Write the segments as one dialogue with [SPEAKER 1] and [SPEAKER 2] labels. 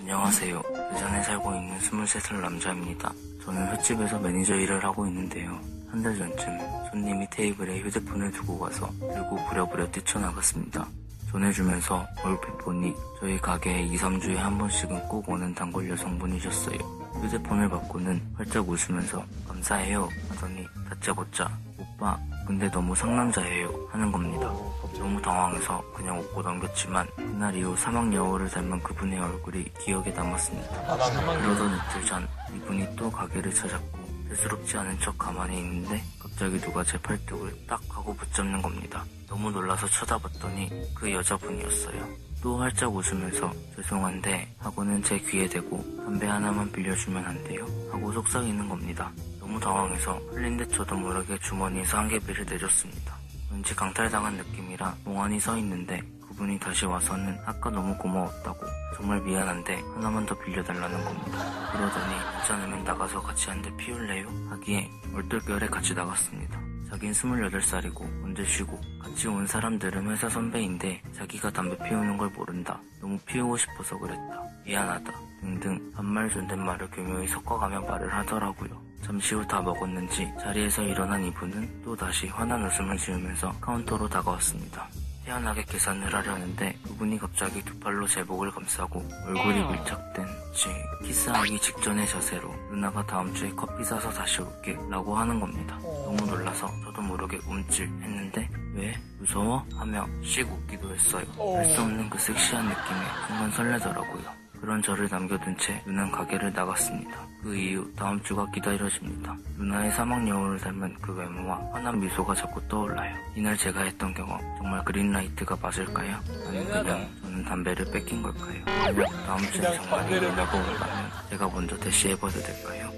[SPEAKER 1] 안녕하세요. 부산에 살고 있는 23살 남자입니다. 저는 횟집에서 매니저 일을 하고 있는데요. 한 달 전쯤 손님이 테이블에 휴대폰을 두고 가서 들고 부려부려 뛰쳐나갔습니다. 전해주면서 얼핏 보니 저희 가게에 2, 3주에 한 번씩은 꼭 오는 단골 여성분이셨어요. 휴대폰을 받고는 활짝 웃으면서 감사해요 하더니 다짜고짜 오빠 근데 너무 상남자예요 하는 겁니다. 너무 당황해서 그냥 웃고 넘겼지만 그날 이후 사막여우를 닮은 그분의 얼굴이 기억에 남았습니다. 그러던 이틀 전 이분이 또 가게를 찾았고 대수롭지 않은 척 가만히 있는데 갑자기 누가 제 팔뚝을 딱 하고 붙잡는 겁니다. 너무 놀라서 쳐다봤더니 그 여자분이었어요. 또 활짝 웃으면서 죄송한데 하고는 제 귀에 대고 담배 하나만 빌려주면 안 돼요? 하고 속삭이는 겁니다. 너무 당황해서 흘린 듯 저도 모르게 주머니에서 한 개비를 내줬습니다. 왠지 강탈당한 느낌이라 멍하니 서 있는데 그분이 다시 와서는 아까 너무 고마웠다고 정말 미안한데 하나만 더 빌려달라는 겁니다. 그러더니 괜찮으면 나가서 같이 한 대 피울래요? 하기에 얼떨결에 같이 나갔습니다. 자긴 28살이고 언제 쉬고 같이 온 사람들은 회사 선배인데 자기가 담배 피우는 걸 모른다. 너무 피우고 싶어서 그랬다. 미안하다. 등등 반말 존댓말을 교묘히 섞어가며 말을 하더라고요. 잠시 후 다 먹었는지 자리에서 일어난 이분은 또 다시 환한 웃음을 지으면서 카운터로 다가왔습니다. 태연하게 계산을 하려는데 그분이 갑자기 두 팔로 제 목을 감싸고 얼굴이 밀착된 채 키스하기 직전의 자세로 누나가 다음 주에 커피 사서 다시 올게 라고 하는 겁니다. 너무 놀라서 저도 모르게 움찔 했는데 왜? 무서워? 하며 씩 웃기도 했어요. 할 수 없는 그 섹시한 느낌에 순간 설레더라고요. 그런 저를 남겨둔 채 누난 가게를 나갔습니다. 그 이후 다음 주가 기다려집니다. 누나의 사막 여우를 닮은 그 외모와 환한 미소가 자꾸 떠올라요. 이날 제가 했던 경험 정말 그린라이트가 맞을까요? 아니면 그냥 저는 담배를 뺏긴 걸까요? 만약 다음 주에 정말 일어나고 온다면 제가 먼저 대시해봐도 될까요?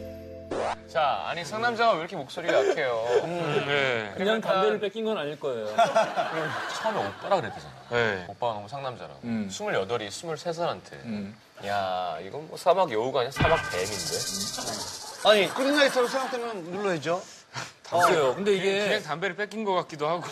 [SPEAKER 2] 자, 아니 상남자가 왜 이렇게 목소리가 약해요? 음,
[SPEAKER 3] 네.
[SPEAKER 4] 그냥 담배를 뺏긴 건 아닐 거예요.
[SPEAKER 2] 처음에 오빠라 그랬잖아.
[SPEAKER 3] 네.
[SPEAKER 2] 오빠가 너무 상남자라고.
[SPEAKER 4] 음.
[SPEAKER 2] 28이 23살한테. 야, 이건 뭐 사막 여우가 아니라 사막 뱀인데.
[SPEAKER 5] 아니 그린라이트로 생각되면 눌러야죠.
[SPEAKER 4] 맞아요. 근데 이게
[SPEAKER 3] 그냥 담배를 뺏긴 것 같기도 하고.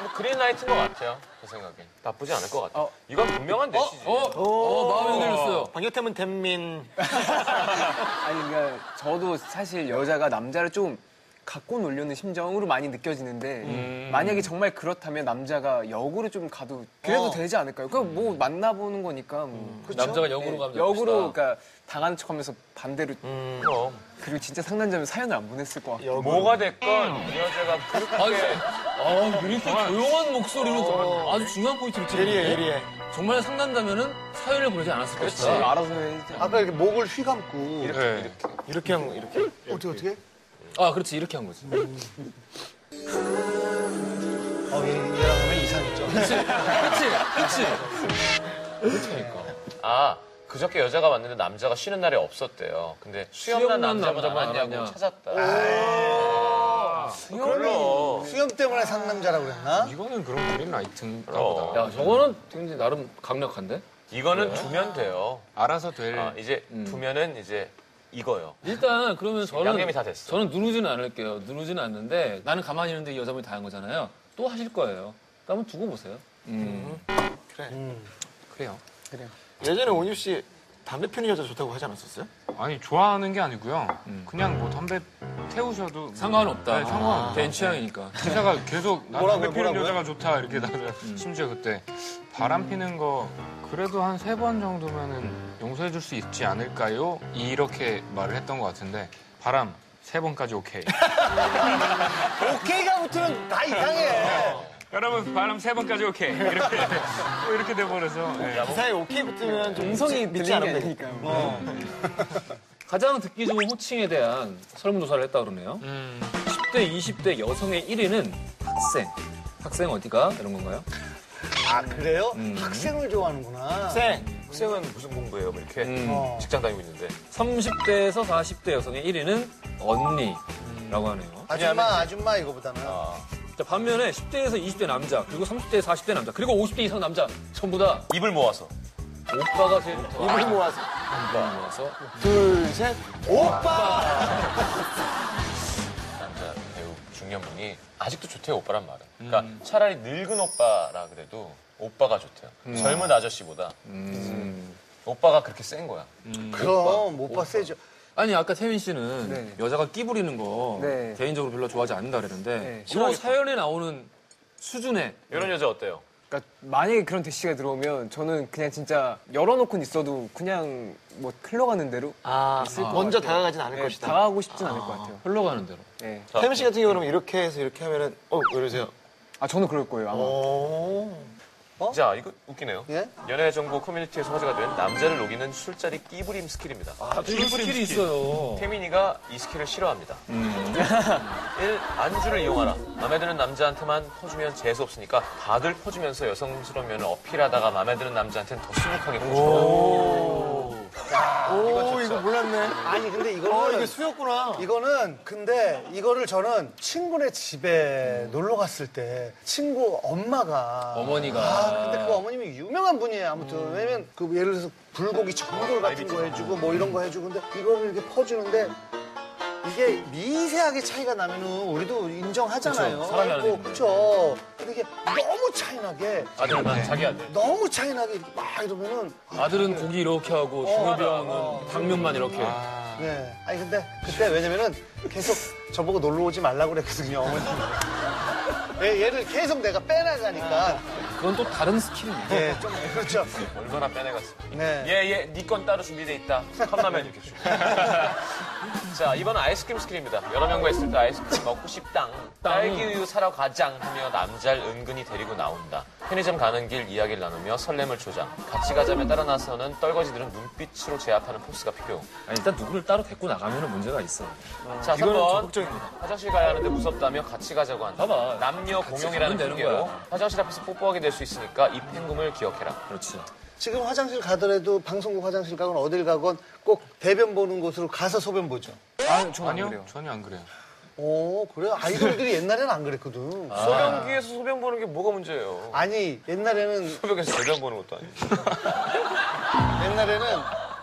[SPEAKER 2] 뭐 그린라이트인 것 같아요. 제 생각엔. 나쁘지 않을 것 같아. 이건 분명한 대시지.
[SPEAKER 6] 어, 마음이 들렸어요.
[SPEAKER 5] 방역태문 댄민.
[SPEAKER 6] 아니, 그러니까 저도 사실 여자가 남자를 좀 갖고 놀려는 심정으로 많이 느껴지는데 만약에 정말 그렇다면 남자가 역으로 좀 가도 그래도
[SPEAKER 5] 어.
[SPEAKER 6] 되지 않을까요? 그럼 뭐 만나보는 거니까 뭐.
[SPEAKER 5] 남자가
[SPEAKER 6] 역으로 가면 음. 역으로 그러니까 당하는 척하면서 반대로
[SPEAKER 2] 그럼.
[SPEAKER 6] 그리고 진짜 상남자면 사연을 안 보냈을 것 같아요.
[SPEAKER 2] 뭐가 됐건 이 여자가 그렇게
[SPEAKER 7] 아, 이렇게 조용한 목소리로 아주 중요한 포인트를 찍는데
[SPEAKER 5] 예리해.
[SPEAKER 7] 정말 상난다면은 사연을 보내지 않았을 것이다.
[SPEAKER 2] 그렇지.
[SPEAKER 6] 알아서 해야지.
[SPEAKER 5] 아까 이렇게 목을 휘감고 이렇게
[SPEAKER 3] 네.
[SPEAKER 5] 이렇게 한 거 이렇게 어떻게 어떻게?
[SPEAKER 7] 아, 그렇지 이렇게 한 거지.
[SPEAKER 5] 어 얘- 얘랑 하면 이상했죠.
[SPEAKER 7] 그렇지, 그렇지.
[SPEAKER 2] 아 그저께 여자가 왔는데 남자가 쉬는 날이 없었대요. 근데 수염난
[SPEAKER 7] 수염난
[SPEAKER 2] 남자만
[SPEAKER 7] 남자만
[SPEAKER 2] 알았냐고
[SPEAKER 7] 알았냐.
[SPEAKER 2] 찾았다. 별로.
[SPEAKER 5] 수염 때문에 상남자라고 그랬나?
[SPEAKER 3] 이거는 그럼 그린라이트인가
[SPEAKER 2] 어.
[SPEAKER 3] 보다.
[SPEAKER 7] 야, 저거는 굉장히 나름 강력한데?
[SPEAKER 2] 이거는 두면 돼요.
[SPEAKER 3] 알아서 될. 음.
[SPEAKER 2] 아, 이제 두면은 이제 이거요.
[SPEAKER 7] 일단 그러면
[SPEAKER 2] 양념이
[SPEAKER 7] 저는
[SPEAKER 2] 다 됐어.
[SPEAKER 7] 저는 누르지는 않을게요. 누르지는 않는데 나는 가만히 있는데 이 여자분이 다 한 거잖아요. 또 하실 거예요. 그럼 한번 두고 보세요. 음.
[SPEAKER 4] 음.
[SPEAKER 3] 그래요.
[SPEAKER 5] 예전에 온유 씨 담배 피는 여자 좋다고 하지 않았었어요?
[SPEAKER 3] 아니, 좋아하는 게 아니고요.
[SPEAKER 5] 음.
[SPEAKER 3] 그냥 뭐 담배 태우셔도. 뭐-
[SPEAKER 7] 상관은 없다.
[SPEAKER 4] 아.
[SPEAKER 3] 네, 상관없다.
[SPEAKER 7] 개인 취향이니까.
[SPEAKER 3] 기사가 계속 나
[SPEAKER 5] 뭐라고요,
[SPEAKER 3] 담배 피는
[SPEAKER 5] 뭐라고요? 음.
[SPEAKER 3] 여자가 좋다 이렇게 나서 심지어 그때 바람 피는 거 그래도 한 세 번 정도면은 용서해 줄 수 있지 않을까요? 이렇게 말을 했던 것 같은데 바람 세 번까지 오케이.
[SPEAKER 5] 오케이가 어, 붙으면 다 이상해.
[SPEAKER 3] 여러분 바람 세 번까지 오케이. 이렇게 뭐 이렇게 돼 버려서 예.
[SPEAKER 5] 기사에 오케이 붙으면 좀
[SPEAKER 6] 음성이
[SPEAKER 5] 믿지
[SPEAKER 6] 밀리는 게
[SPEAKER 5] 않으면
[SPEAKER 6] 아니니까.
[SPEAKER 7] 가장 듣기 좋은 호칭에 대한 설문조사를 했다 그러네요.
[SPEAKER 6] 음.
[SPEAKER 7] 10대, 20대 여성의 1위는 학생. 학생 어디가? 이런 건가요?
[SPEAKER 5] 아 그래요? 학생을 좋아하는구나.
[SPEAKER 2] 학생. 학생은 무슨 공부예요? 뭐 이렇게
[SPEAKER 3] 음.
[SPEAKER 5] 어.
[SPEAKER 2] 직장 다니고 있는데.
[SPEAKER 7] 30대에서 40대 여성의 1위는 언니라고 하네요.
[SPEAKER 5] 아줌마 아줌마 이거보다는
[SPEAKER 7] 자, 반면에 10대에서 20대 남자, 그리고 30대에서 40대 남자, 그리고 50대 이상 남자 전부 다
[SPEAKER 2] 입을 모아서.
[SPEAKER 7] 오빠가 제일 좋다.
[SPEAKER 5] 입을 모아서
[SPEAKER 7] 오빠 모아서
[SPEAKER 5] 둘셋 오빠.
[SPEAKER 2] 남자 배우 중년분이 아직도 좋대요, 오빠란 말은. 그러니까
[SPEAKER 3] 음.
[SPEAKER 2] 차라리
[SPEAKER 3] 음.
[SPEAKER 2] 늙은 오빠라 그래도 오빠가 좋대요. 젊은 아저씨보다. 오빠가 그렇게 센 거야.
[SPEAKER 3] 음.
[SPEAKER 8] 그럼 오빠 세죠.
[SPEAKER 7] 아니 아까 태민 씨는
[SPEAKER 6] 네.
[SPEAKER 7] 여자가 끼부리는 거
[SPEAKER 6] 네.
[SPEAKER 7] 개인적으로 별로 좋아하지 않는다
[SPEAKER 6] 네,
[SPEAKER 7] 그랬는데 이
[SPEAKER 6] 싫어하겠다.
[SPEAKER 7] 사연에 나오는 수준의
[SPEAKER 2] 이런 여자 어때요?
[SPEAKER 6] 그러니까 만약에 그런 대시가 들어오면 저는 그냥 진짜 열어놓고는 있어도 그냥 뭐 흘러가는 대로 있을 것
[SPEAKER 5] 아, 먼저
[SPEAKER 6] 같아요.
[SPEAKER 5] 다가가진 않을
[SPEAKER 6] 네,
[SPEAKER 5] 것이다.
[SPEAKER 6] 다가가고 싶진 않을 것 같아요.
[SPEAKER 7] 흘러가는 대로
[SPEAKER 6] 네.
[SPEAKER 5] 태민 씨 같은 경우는 이렇게 해서 이렇게 하면은 어 이러세요.
[SPEAKER 6] 아 저는 그럴 거예요 아마.
[SPEAKER 5] 오.
[SPEAKER 2] 자, 이거 웃기네요.
[SPEAKER 8] 예?
[SPEAKER 2] 연애 정보 커뮤니티에서 화제가 된 남자를 녹이는 술자리 끼부림 스킬입니다.
[SPEAKER 6] 아,
[SPEAKER 7] 이런 아, 스킬이 있어요
[SPEAKER 2] 태민이가 이 스킬을 싫어합니다.
[SPEAKER 7] 음.
[SPEAKER 2] 1. 안주를 이용하라. 마음에 드는 남자한테만 퍼주면 재수 없으니까 다들 퍼주면서 여성스러운 면을 어필하다가 마음에 드는 남자한테는 더 수북하게 퍼준다.
[SPEAKER 5] 오 이거 몰랐네.
[SPEAKER 8] 아니 근데
[SPEAKER 5] 아
[SPEAKER 8] 이거는
[SPEAKER 5] 이게 수였구나.
[SPEAKER 8] 이거는 근데 이거를 저는 친구네 집에 놀러 갔을 때 친구 엄마가
[SPEAKER 7] 어머니가. 음.
[SPEAKER 8] 아 근데 그 어머님이 유명한 분이에요 아무튼 왜냐면 그 예를 들어서 불고기 전골 같은 거 해주고 뭐 이런 거 해주고 근데 이거를 이렇게 퍼주는데 이게 미세하게 차이가 나면은 우리도 인정하잖아요
[SPEAKER 7] 그쵸, 사람이 하는
[SPEAKER 8] 그렇죠 근데 이게 너무 차이나게
[SPEAKER 7] 아들만 자기 아들
[SPEAKER 8] 너무 차이나게 이렇게 막 이러면은
[SPEAKER 7] 아들은 고기 이렇게 하고 중우병은 당면만 이렇게
[SPEAKER 8] 네. 아니 근데 그때 왜냐면은 계속 저보고 놀러 오지 말라고 그랬거든요 어머니. 얘, 얘를 계속 내가 빼나가니까
[SPEAKER 7] 그건 또 다른 스킬이네
[SPEAKER 8] 예, 좀 그렇죠.
[SPEAKER 2] 얼마나 빼내갔습니까?
[SPEAKER 8] 네.
[SPEAKER 2] 예, 예, 네 건 따로 준비돼 있다. 컵라면 이렇게 주 자, 이번은 아이스크림 스킬입니다. 여러 명과 있을 때 아이스크림 먹고 싶당. 딸기 우유 사러 가장 하며 남자를 은근히 데리고 나온다. 편의점 가는 길 이야기를 나누며 설렘을 조장. 같이 가자며 따라 나서는 떨거지들은 눈빛으로 제압하는 포스가 필요.
[SPEAKER 7] 아니, 일단 누구를 따로 데리고 나가면 문제가 있어
[SPEAKER 2] 자,
[SPEAKER 7] 이거는
[SPEAKER 2] 3번.
[SPEAKER 7] 적극적입니다.
[SPEAKER 2] 화장실 가야 하는데 무섭다며 같이 가자고 한다.
[SPEAKER 7] 봐봐.
[SPEAKER 2] 남녀
[SPEAKER 7] 같이
[SPEAKER 2] 공용이라는
[SPEAKER 7] 가면 되는
[SPEAKER 2] 핑계로
[SPEAKER 7] 거야.
[SPEAKER 2] 화장실 앞에서 뽀뽀하게 될 수 있으니까 이 핑금을 기억해라.
[SPEAKER 7] 그렇지
[SPEAKER 8] 지금 화장실 가더라도 방송국 화장실 가건 어딜 가건 꼭 대변 보는 곳으로 가서 소변 보죠.
[SPEAKER 3] 아니요, 전혀 안 그래요.
[SPEAKER 8] 오, 그래요? 아이돌들이 옛날에는 안 그랬거든.
[SPEAKER 7] 음.
[SPEAKER 2] 소변기에서 소변 보는 게 뭐가 문제예요?
[SPEAKER 8] 아니 옛날에는
[SPEAKER 2] 소변에서 소변 보는 것도 아니고.
[SPEAKER 8] 옛날에는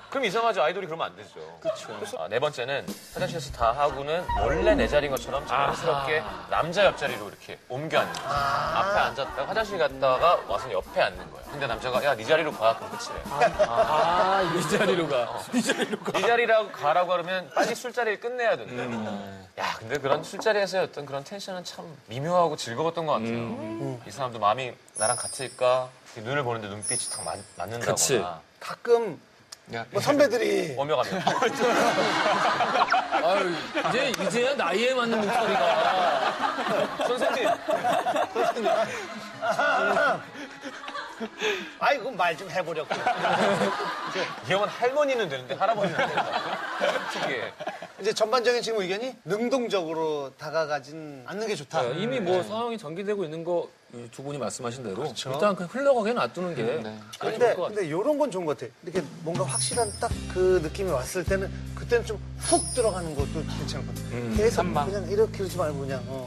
[SPEAKER 2] 그럼 이상하죠. 아이돌이 그러면 안 되죠. 그렇죠. 네 번째는 화장실에서 다 하고는 원래 내 자리인 것처럼 자연스럽게 남자 옆자리로 이렇게 옮겨 앉는 거예요.
[SPEAKER 7] 아.
[SPEAKER 2] 앞에 앉았다가 화장실 갔다가 와서 옆에 앉는 거예요. 근데 남자가 야, 네 자리로 가. 그럼 끝이래요.
[SPEAKER 7] 아이 자리로 가
[SPEAKER 2] 이네 자리라고 가라고 하면 빨리 술자리를 끝내야 된다.
[SPEAKER 7] 음.
[SPEAKER 2] 야, 근데 그런 술자리에서의 어떤 그런 텐션은 참 미묘하고 즐거웠던 것 같아요.
[SPEAKER 7] 음.
[SPEAKER 2] 이 사람도 마음이 나랑 같을까? 이렇게 눈을 보는데 눈빛이 딱 맞, 맞는다거나.
[SPEAKER 7] 그치.
[SPEAKER 8] 가끔
[SPEAKER 3] 야,
[SPEAKER 8] 뭐 선배들이
[SPEAKER 2] 오며가며.
[SPEAKER 7] 아유 이제 이제야 나이에 맞는 목소리가
[SPEAKER 2] 선생님,
[SPEAKER 8] 아이고 말 좀 해보려고.
[SPEAKER 2] 이 형은 할머니는 되는데 할아버지는 안 된다. 특이해.
[SPEAKER 8] 이제 전반적인 지금 의견이 능동적으로 다가가진 않는 게 좋다.
[SPEAKER 7] 이미 뭐 상황이 전개되고 있는 거 두 분이 말씀하신 대로 일단 그냥 흘러가게 놔두는 게 아주 좋을
[SPEAKER 8] 근데
[SPEAKER 7] 것 같아요.
[SPEAKER 8] 근데 이런 건 좋은 것 같아. 이렇게 뭔가 확실한 딱 그 느낌이 왔을
[SPEAKER 7] 음,
[SPEAKER 8] 때는 그때는 좀 훅 들어가는 것도 괜찮을 것 같아. 계속 그냥 이렇게 그러지 말고 그냥. 어.